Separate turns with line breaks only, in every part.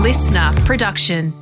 listener production.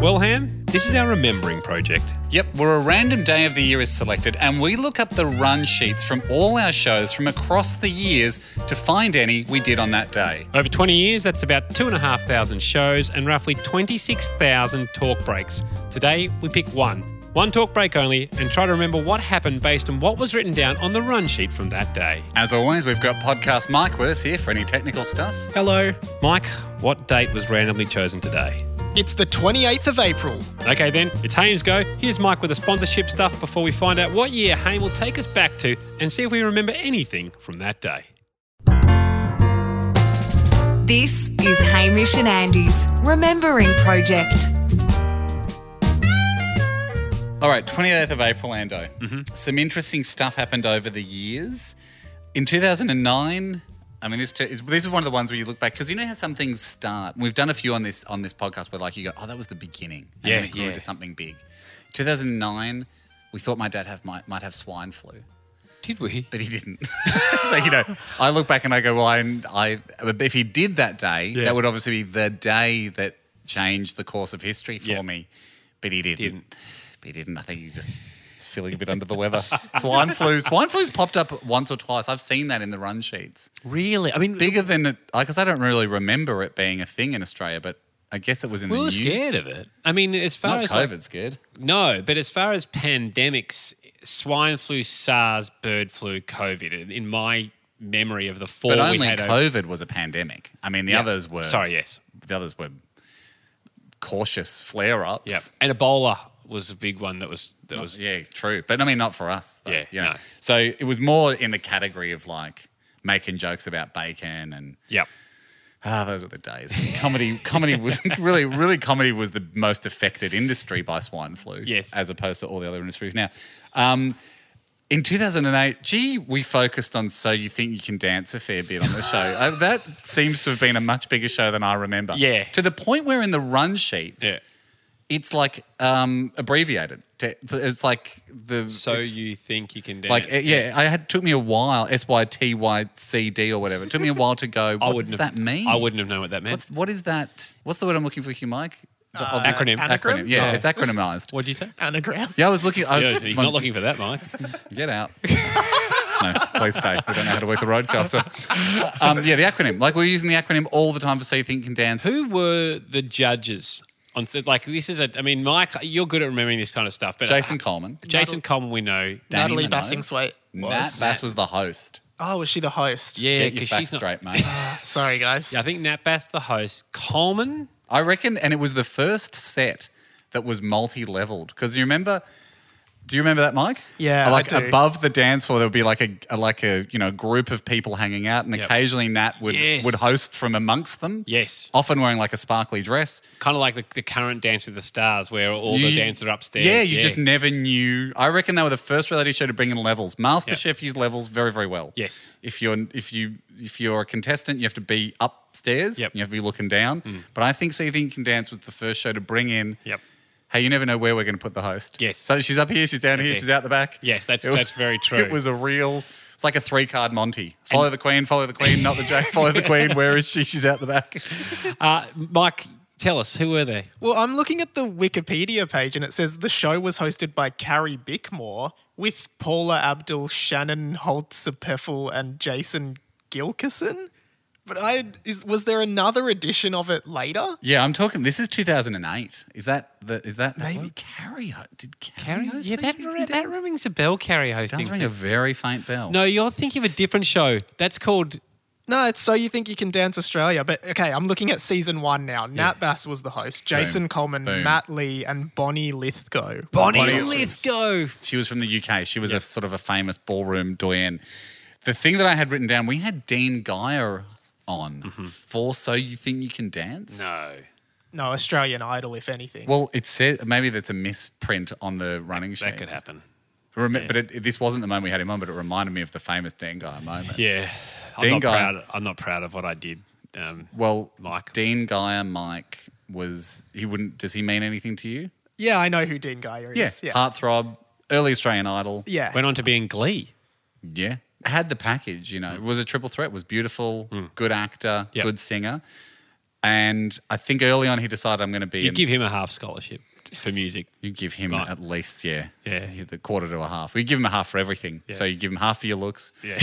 Well, Ham, this is our remembering project.
Yep, where a random day of the year is selected and we look up the run sheets from all our shows from across the years to find any we did on that day.
Over 20 years, that's about 2,500 shows and roughly 26,000 talk breaks. Today, we pick one. One talk break only and try to remember what happened based on what was written down on the run sheet from that day.
As always, we've got podcast Mike with us here for any technical stuff.
Hello.
Mike, what date was randomly chosen today?
It's the 28th of April.
Okay, then, it's Haynes Go. Here's Mike with the sponsorship stuff before we find out what year Hayne will take us back to and see if we remember anything from that day.
This is Hamish and Andy's Remembering Project.
All right, 28th of April, Ando.
Mm-hmm.
Some interesting stuff happened over the years. In 2009, I mean, this t- is this is one of the ones where you look back because you know how some things start. We've done a few on this on this podcast where like you go, oh, that was the beginning, and
Yeah,
then it grew
yeah.
into something big. 2009, we thought my dad have might, might have swine flu,
Did we?
but he didn't. so you know, I look back and I go, well, I, I if he did that day,
Yeah.
that would obviously be the day that changed the course of history for
Yeah.
me, but he didn't.
Didn't.
But he didn't. I think he just is feeling a bit under the weather. Swine flu. Swine flu's popped up once or twice. I've seen that in the run sheets.
Really? I mean,
Bigger than it, because I don't really remember it being a thing in Australia, but I guess it was in
We
the
were
news.
scared of it.
I mean, as far
Not
as
COVID
like,
scared.
no, but as far as pandemics, swine flu, SARS, bird flu, COVID, in- in my memory of the four,
But
we
only
had over-
COVID was a pandemic. I mean, the others were.
Sorry, yes,
The others were cautious flare ups.
yeah, and Ebola was a big one that was that was
Yeah, true. But I mean, not for us. Though,
Yeah,
you know.
no.
So it was more in the category of like making jokes about bacon and
yeah.
Ah, those were the days. Comedy, comedy was really, really comedy was the most affected industry by swine flu.
Yes.
as opposed to all the other industries now. Um, in 2008, gee, we focused on "So You Think You Can Dance" a fair bit on the show. Uh, that seems to have been a much bigger show than I remember.
Yeah.
to the point where in the run sheets,
Yeah.
it's like um, abbreviated. To- It's like the
So
it's-
you think you can dance?
like uh, yeah, I had took me a while S Y T Y C D or whatever. It took me a while to go. What
I
does
wouldn't have,
that mean?
I wouldn't have known what that meant.
What's what is that? What's the word I'm looking for here, Mike? The obvious-
Uh, acronym?
anagram?
Yeah, it's acronymized.
What'd you say?
Anagram.
Yeah, I was looking. I,
Yeah, he's not looking for that, Mike.
Get out. no, please stay. We don't know how to work the roadcaster. Um, yeah, the acronym. Like we're using the acronym all the time for so you think you can dance.
Who were the judges on? so, Like this is a. I mean, Mike, you're good at remembering this kind of stuff, but
Jason Coleman.
Jason Coleman, we know.
Danny
Natalie
Minogue.
Bassingthwait.
Nat
was.
Bass was the host.
Oh, was she the host?
Yeah,
Get your
because
facts
she's not.
straight, mate.
Sorry, guys.
I think Nat Bass, the host, Coleman.
I reckon, and it was the first set that was multi-leveled because you remember. Do you remember that, Mike? Uh,
Yeah, I
Like
do.
above the dance floor, there would be like a, a- like a you know group of people hanging out, and
Yep.
occasionally Nat would
Yes.
would host from amongst them.
Yes.
often wearing like a sparkly dress.
Kind of like the, the current Dance with the Stars, where all the
You-
dancers are upstairs.
Yeah, you just never knew. I reckon they were the first reality show to bring in levels. MasterChef used levels very, very well.
Yes.
If you're if you if you're a contestant, you have to be upstairs.
Yep. Mm.
You have to be looking down. But I think So You Think You Can Dance was the first show to bring in.
Yep.
Hey, you never know where we're going to put the host.
Yes.
So she's up here, she's down here,
Okay.
she's out the back.
Yes, that's-
It was-
that's very true.
It was a real. It's like a three-card Monty. Follow the queen, follow the queen, not the jack. Follow the queen. Where is she? She's out the back.
Uh, Mike, tell us who were they?
Well, I'm looking at the Wikipedia page and it says the show was hosted by Carrie Bickmore with Paula Abdul, Shannon Holtz Peffel, and Jason Gilkison. But I is, was there another edition of it later?
Yeah, I'm talking. This is 2008. Is that the? Is that
Maybe.
Well, Carrie? ho- Did Carrie?
Carrie?
host
Yeah,
So
that,
You Think
ri-
You Can
that
Dance?
rings a bell. Carrie hosting.
does ring a very faint bell.
no, you're thinking of a different show. That's called.
No, it's So You Think You Can Dance Australia. But okay, I'm looking at season one now. Nat Bass was the host, Jason Coleman,
Boom.
Matt Lee, and Bonnie Lithgow.
Bonnie,
Bonnie
Lithgow.
she was from the UK. She was a sort of a famous ballroom doyen. The thing that I had written down, we had Dean Geyer on for "So You Think You Can Dance."
No.
No, Australian Idol, if anything.
Well, it said maybe that's a misprint on the running sheet.
That could happen.
Rem- But it, this wasn't the moment we had him on, but it reminded me of the famous Dean Geyer moment.
Yeah. I'm
Dean
not,
Guy.
proud, I'm not proud of what I did. Um,
Well,
Mike.
Dean Geyer, Mike was he wouldn't? Does he mean anything to you?
yeah, I know who Dean Geyer
Yeah. Uh,
is. Yeah.
Heartthrob, early Australian Idol.
yeah.
went on to be in Glee.
Yeah. had the package, you know,
Mm.
it was a triple threat, was beautiful, good actor,
Yep.
good singer. And I think early on he decided I'm going to be.
You
a-
give him a half scholarship for music.
you give him
Right.
at least, yeah,
Yeah.
the quarter to a half. We give him a half for everything. So you give him half for your looks.
Yeah.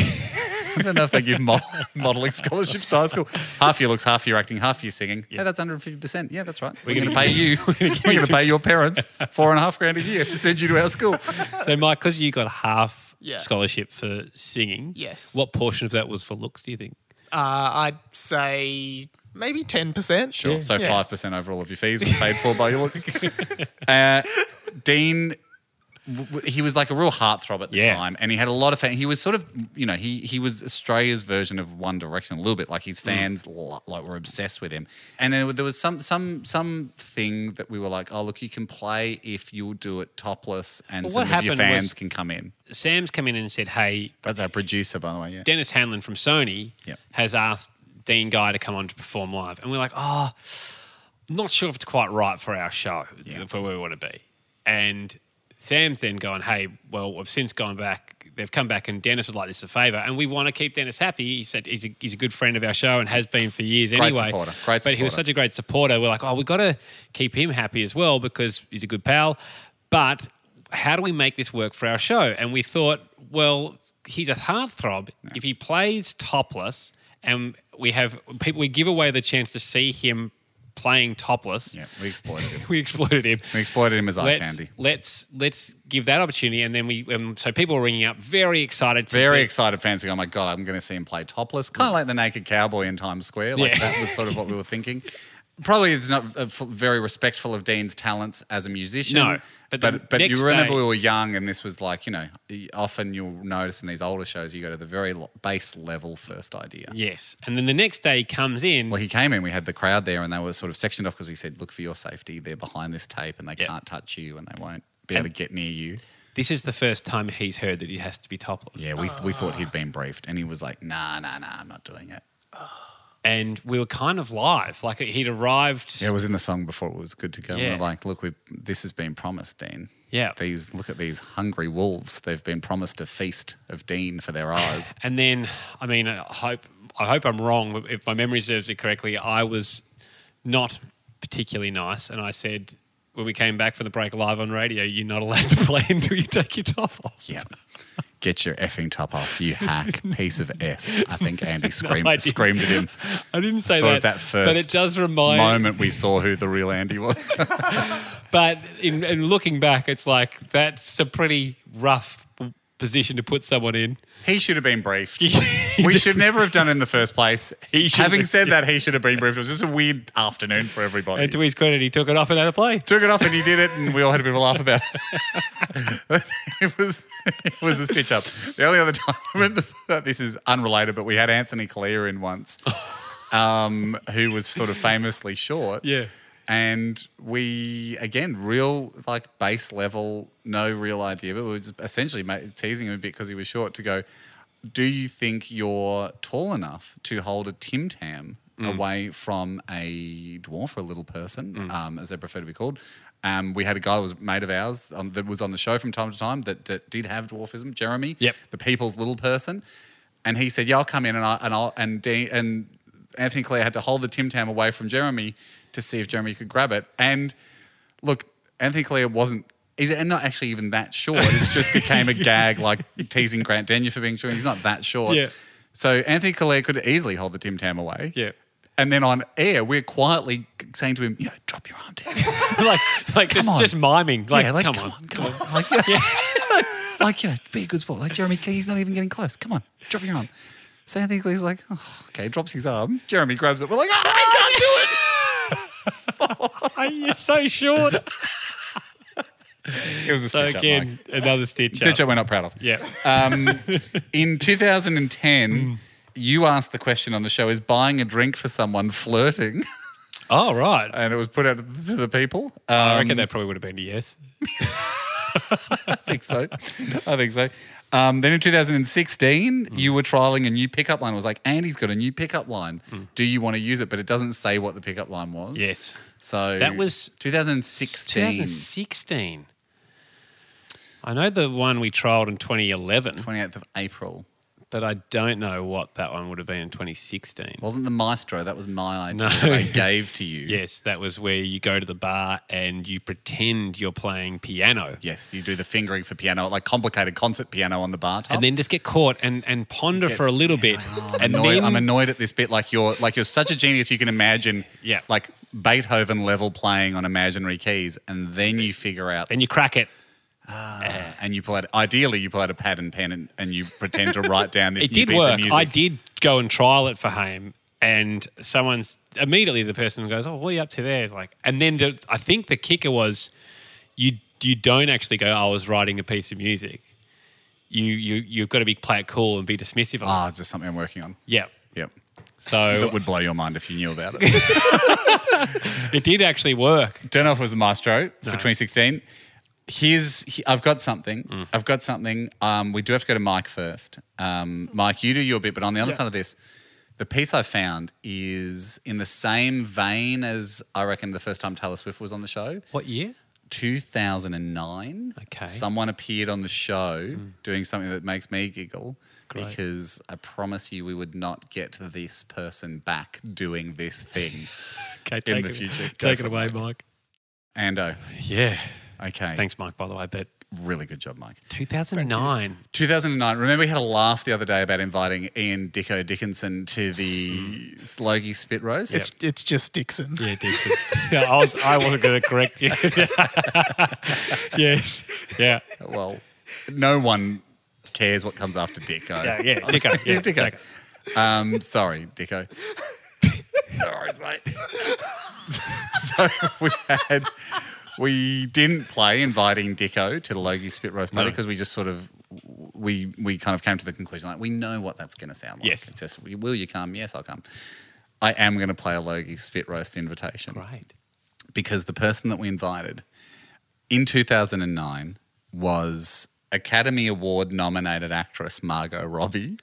I don't know if they give model, modeling scholarships to high school. Half your looks, half your acting, half your singing. Yeah, that's 150%. Yeah, that's right. We're, going to
gonna-
pay you. We're going to pay your parents four and a half grand a year to send you to our school.
so, Mike, because you got half
Yeah.
scholarship for singing,
Yes.
What portion of that was for looks? Do you think?
Uh, I'd say maybe 10%.
Sure. So
Yeah.
five percent overall of your fees was paid for by your looks. uh, Dean, w- w- he was like a real heartthrob at the
Yeah.
time, and he had a lot of fans. He was sort of, you know, he he was Australia's version of One Direction a little bit. Like his
Mm.
fans, lo- like were obsessed with him. And then there was some some some thing that we were like, oh look, you can play if you'll do it topless, and
Well,
some
what
of your
happened was-
fans can come in.
Sam's come in and said, "Hey,
That's our producer, by the way. Yeah.
Dennis Hanlon from Sony
Yep.
has asked Dean Guy to come on to perform live. And we're like, oh, I'm not sure if it's quite right for our show, for where we want to be. And Sam's then going, hey, well, we've since gone back. They've come back and Dennis would like this a favour. And we want to keep Dennis happy. He said he's a, he's a good friend of our show and has been for years anyway.
supporter, great
But he was
supporter.
such a great supporter. We're like, oh, we've got to keep him happy as well because he's a good pal. But how do we make this work for our show? And we thought, well, he's a heartthrob. If he plays topless and we have people, we give away the chance to see him playing topless.
yeah, we exploited him.
We exploited him
We exploited him as eye
let's,
candy.
Let's let's give that opportunity, and then we. Um, so people were ringing up, very excited. To
very
be-
excited fans going, oh my God, I'm going to see him play topless. Kind of like the naked cowboy in Times Square. Like
Yeah.
that was sort of what we were thinking. Probably it's not uh, f- very respectful of Dean's talents as a musician.
No, but the
but, but you
next
remember
day-
we were young and this was like, you know, often you'll notice in these older shows, you go to the very lo- base level first idea.
Yes, and then the next day he comes in.
Well, he came in, we had the crowd there and they were sort of sectioned off because we said, look for your safety. They're behind this tape and they
Yeah.
can't touch you and they won't be able to get near you.
this is the first time he's heard that he has to be topless.
Yeah, we, we thought he'd been briefed and he was like, nah, nah, nah, I'm not doing it.
and we were kind of live. Like he'd arrived.
Yeah, it was in the song before it was good to go.
Yeah.
And we're like, look, we this has been promised, Dean.
Yeah.
These look at these hungry wolves. They've been promised a feast of Dean for their eyes.
And then, I mean, I hope I hope I'm wrong. but If my memory serves me correctly, I was not particularly nice, and I said when we came back from the break live on radio, "You're not allowed to play until you take your top off."
yeah. Get your effing top off, you hack piece of S. I think Andy screamed
I didn't.
screamed at him.
I didn't say
Sort
that,
of that first
but it does remind.
Moment we saw who the real Andy was.
But in, in looking back, it's like that's a pretty rough position to put someone in.
he should have been briefed.
He
we should never have done it in the first place.
He should
Having
have-
said that, he should have been briefed. It was just a weird afternoon for everybody.
And to his credit, he took it off and had a play.
took it off and he did it, and we all had a bit of a laugh about it. it was it was a stitch up. The only other time I remember this is unrelated, but we had Anthony Collier in once, um, who was sort of famously short.
Yeah.
And we again, real like base level, no real idea, but we were just essentially ma- teasing him a bit because he was short. To go, do you think you're tall enough to hold a Tim Tam away from a dwarf or a little person, um, as they prefer to be called? Um, we had a guy that was a mate of ours um, that was on the show from time to time that, that did have dwarfism, Jeremy,
Yep.
the people's little person. And he said, Yeah, I'll come in and, I, and I'll, and, Dean and Anthony Clare had to hold the Tim Tam away from Jeremy to see if Jeremy could grab it. And look, Anthony Clear wasn't. He's not actually even that short. It just became a gag, like teasing Grant Denyer for being short. He's not that short.
Yeah.
So Anthony Clear could easily hold the Tim Tam away.
Yeah.
And then on air, we're quietly saying to him, you know, drop your arm down.
like, like just,
on.
just miming. Like,
yeah,
come, on,
come on, Like, you know, like, you know, be a good sport. Like Jeremy Key, he's not even getting close. Come on, drop your arm. So Anthony Clear's like, oh, okay, drops his arm. Jeremy grabs it. We're like, oh, I can't do it.
Are you so short?
It was a
so
stitch up, Mike.
again, another stitch.
Stitch
up. Uh,
up we're not proud of.
Yeah.
Um, in 2010,
Hmm.
you asked the question on the show: Is buying a drink for someone flirting?
Oh right.
And it was put out to the people. Um,
I reckon that probably would have been a yes.
I think so. I think so. Um, then in 2016,
Hmm.
you were trialing a new pickup line. It was like, Andy's got a new pickup line. Do you want to use it? But it doesn't say what the pickup line was.
Hmm. Yes.
So
That was
2016.
2016. I know the one we trialed in 2011.
28th of April.
but I don't know what that one would have been in 2016.
Wasn't the maestro? That was my
No.
idea. that I gave to you.
Yes, that was where you go to the bar and you pretend you're playing piano.
Yes, you do the fingering for piano, like complicated concert piano on the bar top.
And then just get caught and, and ponder for a little bit.
I'm
and
annoyed,
then
I'm annoyed at this bit. Like you're like you're such a genius, you can imagine
Yeah.
like Beethoven level playing on imaginary keys, and then you figure out
then you crack it.
Uh, and you pull out. Ideally, you pull out a pad and pen and, and you pretend to write down this
It
new
did
piece
work.
of music.
I did go and trial it for Haim, and someone's immediately the person goes, "Oh, what are you up to there?" It's like, and then the, I think the kicker was you you don't actually go, "Oh, "I was writing a piece of music." You you you've got to be play it cool and be dismissive. of it.
Ah, it's just something I'm working on.
yeah.
Yep.
Oh. So
That would blow your mind if you knew about it.
it did actually work.
Turn off was the maestro for 2016. Here's he- I've got something.
Mm.
I've got something. Um, we do have to go to Mike first. Um, Mike, you do your bit, but on the other side of this, the piece I found is in the same vein as I reckon the first time Taylor Swift was on the show.
What year?
2009.
Okay. Hmm.
Someone appeared on the show doing something that makes me giggle because I promise you we would not get this person back doing this thing.
Okay,
In
take
the
it,
future, go
Take
for
it
it,
away, Mike.
Ando,
Yeah.
okay.
Thanks, Mike, by the way. But
Really good job, Mike.
2009.
2009. Remember, we had a laugh the other day about inviting Ian Dicko Dickinson to the
Hmm.
Slogy Spit Roast?
It's, it's just Dixon.
Yeah, Dixon. yeah, I, was, I wasn't going to correct you. yes. Yeah.
Well, no one cares what comes after Dicko.
Yeah, yeah. Dicko. Yeah,
Yeah, Dicko.
exactly.
Um, sorry, Dicko. Sorry, mate. so we had we didn't play inviting Dicko to the Logie Spit Roast party
No.
because we just sort of we we kind of came to the conclusion like we know what that's going to sound like.
Yes.
It's just will you come? Yes, I'll come. I am going to play a Logie Spit Roast invitation
Right.
because the person that we invited in 2009 was Academy Award nominated actress Margot Robbie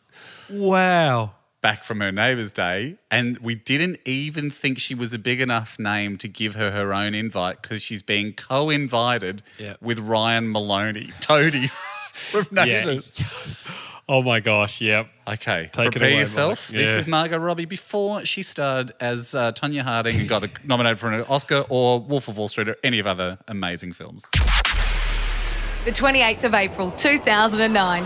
Wow.
back from her neighbour's day, and we didn't even think she was a big enough name to give her her own invite because she's being co-invited
Yeah.
with Ryan Maloney, Toady from neighbours.
Oh, my gosh. Yep.
Okay,
Take it
prepare
away,
yourself.
Mike.
This
Yeah.
is Margot Robbie before she starred as uh, Tonya Harding and got a, nominated for an Oscar or Wolf of Wall Street or any of other amazing films.
The 28th of April 2009.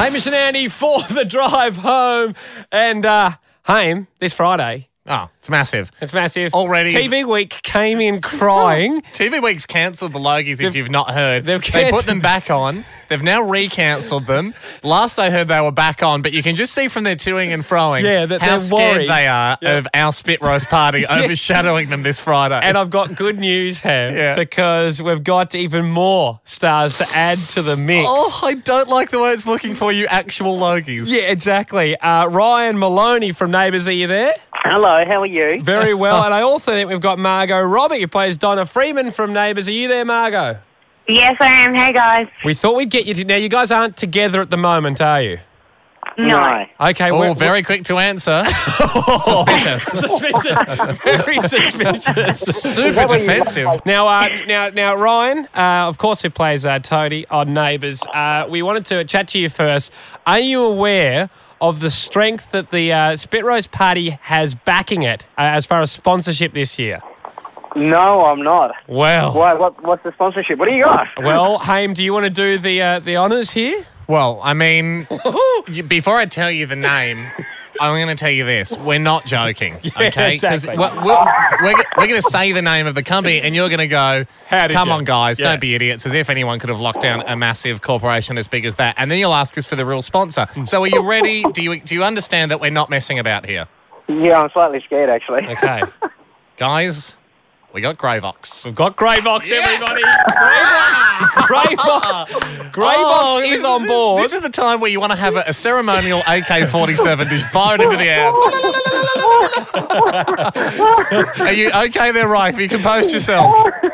Hamish and Andy for the drive home and uh, home this Friday.
Oh, it's massive.
It's massive.
Already-
TV Week came in crying.
TV Week's cancelled the Logies, if you've not heard.
they've
They
cancelled-
put them back on. They've now re-cancelled them. Last I heard, they were back on, but you can just see from their toing and froing
Yeah, that
how
they're
scared
worried.
they are of our spit roast party overshadowing them this Friday.
And I've got good news, Ham,
Yeah.
because we've got even more stars to add to the mix.
oh, I don't like the way it's looking for you, actual Logies.
Yeah, exactly. Uh, Ryan Maloney from Neighbours, are you there?
Hello, how are you?
Very well. and I also think we've got Margot Robbie, who plays Donna Freeman from Neighbours. Are you there, Margot?
Yes, I am. Hey, guys.
We thought we'd get you to. Now, you guys aren't together at the moment, are you?
No.
Okay,
Oh,
we're-
very quick to answer. Suspicious.
suspicious. Very suspicious.
Super defensive.
Now, uh, now, now, Ryan, uh, of course, who plays uh, Toady on Neighbours, uh, we wanted to chat to you first. Are you aware of the strength that the uh, Spit Roast Party has backing it uh, as far as sponsorship this year?
No, I'm not.
Well,
Why, what, what's the sponsorship? What do you got?
well, Haim, do you want to do the uh, the honours here?
Well, I mean, y- before I tell you the name, I'm going to tell you this. We're not joking, okay?
exactly.
we're, we're, we're, we're going to say the name of the company and you're going to go,
How did
come
you?"
on, guys,
Yeah.
don't be idiots, as if anyone could have locked down a massive corporation as big as that. And then you'll ask us for the real sponsor.
Hmm.
So are you ready? Do you, do you understand that we're not messing about here?
Yeah, I'm slightly scared actually.
Okay,
Guys, we got Gravox.
we've got Greyvox, everybody. Greyvox, Greyvox,
Oh,
Greyvox
this
is on board.
This is the time where you want to have a, a ceremonial AK 47 just fired into the air. Are you okay there, Rife? You composed yourself.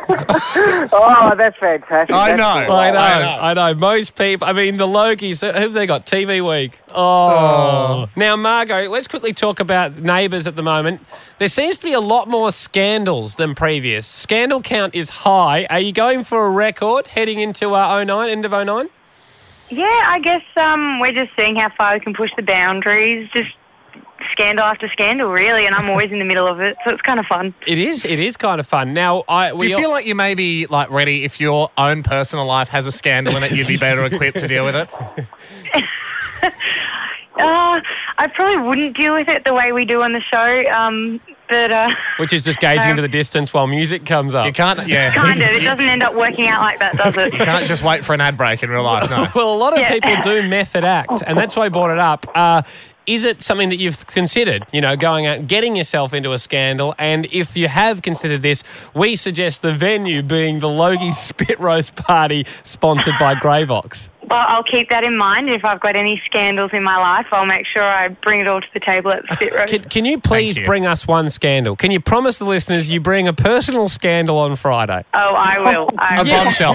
Oh, that's fantastic.
I
That's
know.
cool.
I know,
I
I
know.
know, Most people, I mean, the Logies, who have they got? TV Week. Oh. Now, Margot, let's quickly talk about neighbours at the moment. There seems to be a lot more scandals than previous. oh Scandal count is high. Are you going for a record heading into uh, 09, end of 09?
Yeah, I guess um, we're just seeing how far we can push the boundaries. Just scandal after scandal, really, and I'm always in the middle of it, so it's kind of fun.
It is. It is kind of fun. Now, I
Do
we
you feel like you may be like ready if your own personal life has a scandal in it, you'd be better equipped to deal with it?
Uh, I probably wouldn't deal with it the way we do on the show, um, but uh,
which is just gazing into the distance while music comes up.
You can't. Yeah.
kind of. It doesn't end up working out like that, does
You
it?
can't just wait for an ad break in real life. No.
Well, a lot of
Yeah.
people do method act, and that's why I brought it up. Uh, is it something that you've considered, you know, going out, getting yourself into a scandal? And if you have considered this, we suggest the venue being the Logie Spit Roast Party sponsored by Gravox.
Well, I'll keep that in mind. If I've got any scandals in my life, I'll make sure I bring it all to the table at the spit roast.
Can, can you please
you.
bring us one scandal? Can you promise the listeners you bring a personal scandal on Friday?
oh, I will. I
A
will.
bombshell.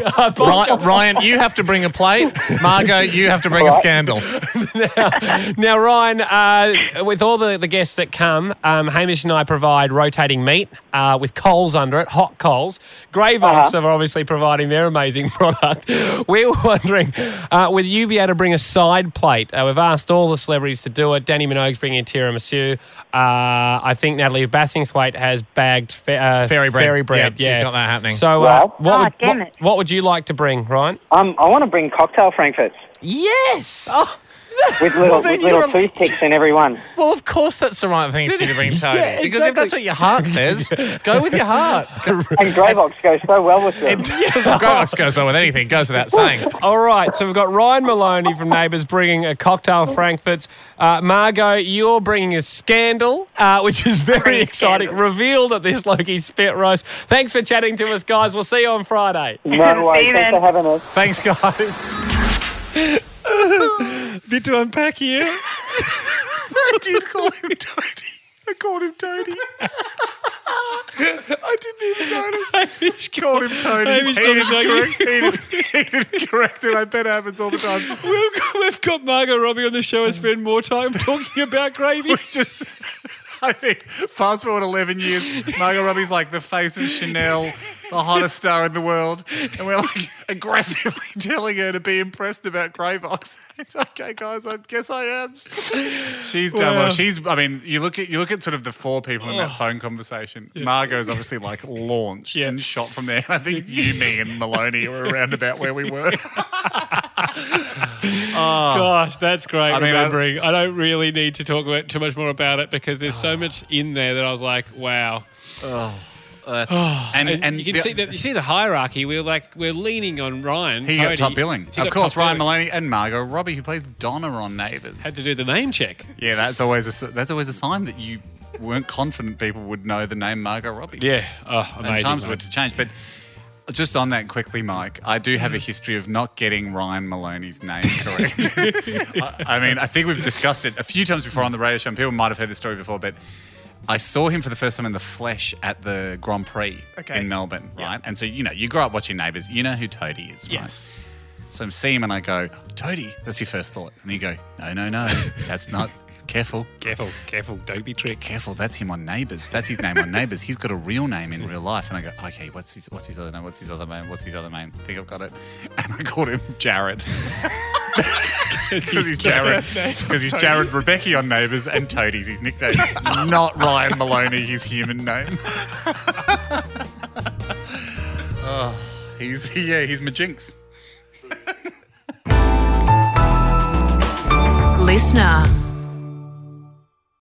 Ri- Ryan, you have to bring a plate. Margot, you have to bring a scandal.
Now, Ryan, uh, with all the, the guests that come, um, Hamish and I provide rotating meat uh, with coals under it, hot coals.
Uh-huh.
Gravox are obviously providing their amazing product. We were wondering, uh, would you be able to bring a side plate? Uh, we've asked all the celebrities to do it. Danny Minogue's bringing tiramisu. Uh, I think Natalie Bassingthwaite has bagged fe- uh,
Fairy bread.
Fairy bread.
Yep, she's
yeah,
got that happening.
So, uh,
Well-
what,
Ah,
would,
damn
what-
it.
what would you like to bring, Ryan?
Um, I want to bring cocktail frankfurts
Yes.
with little,
then
with little
you're a-
toothpicks in every one.
Well, of course, that's the right thing for you to bring, Tony.
Yeah,
Because if that's
exactly.
what your heart says, go with your heart.
And Greybox goes so well with them.
Growbox goes well with anything, goes without saying.
All right, so we've got Ryan Maloney from Neighbours bringing a cocktail Frankfurts. Uh, Margot, you're bringing a scandal, uh, which is very
Bringing
exciting,
scandal.
revealed at this Loki Spit Roast. Thanks for chatting to us, guys. We'll see you on Friday.
No
See
way.
you
Thanks
then.
for having us.
Thanks, guys.
Bit to unpack here.
I did call him Tony. I called him Tony. I didn't even notice. called him Tony.
Hamish called him Tony.
he didn't, he didn't correct it. I bet it happens all the time.
We've got, we've got Margot Robbie on the show and spend more time talking about gravy.
just I mean, fast forward eleven years, Margot Robbie's like the face of Chanel, the hottest star in the world, and we're like aggressively telling her to be impressed about Greybox. okay, guys, I guess I am. She's done well.
Wow.
She's I mean, you look at you look at sort of the four people in
Oh.
that phone conversation. Margot's obviously like launched
Yeah.
and shot from there. I think you, me, and Maloney were around about where we were.
Oh.
Gosh, that's great.
I mean, I-
remembering. I, don't really need to talk about, too much more about it because there's so much in there that I was like, wow.
and,
Oh, And,
and
you can
the-
see that you see the hierarchy. We're like we're leaning on Ryan.
He
Cody.
got top billing.
He
of
got
course,
top
Ryan
billing.
Maloney and Margot Robbie, who plays Donna on Neighbours.
had to do the name check.
Yeah, that's always a, s- that's always a sign that you weren't confident people would know the name Margot Robbie.
Yeah, oh,
and
amazing.
times were
mate.
to change. But just on that quickly, Mike, I do have a history of not getting Ryan Maloney's name correct. I, I mean, I think we've discussed it a few times before on the radio show. And people might have heard this story before, but. I saw him for the first time in the flesh at the Grand Prix
Okay.
in Melbourne, right? And so, you know, you grow up watching Neighbours, you know who Toadie is, right?
Yes.
So I'm seeing him and I go, Toadie, that's your first thought. And you go, no, no, no, that's not, careful,
Careful, careful, don't be tricked.
careful, that's him on Neighbours. That's his name on Neighbours. He's got a real name in real life. And I go, okay, what's his what's his other name? What's his other name? What's his other name? I think I've got it. And I called him Jared. Because he's Jared.
first name
Because he's Jared Rebecca on Neighbours and Toadie's his nickname. Not Ryan Maloney, his human name. oh, Oh, he's yeah, he's Majinx.
Listener.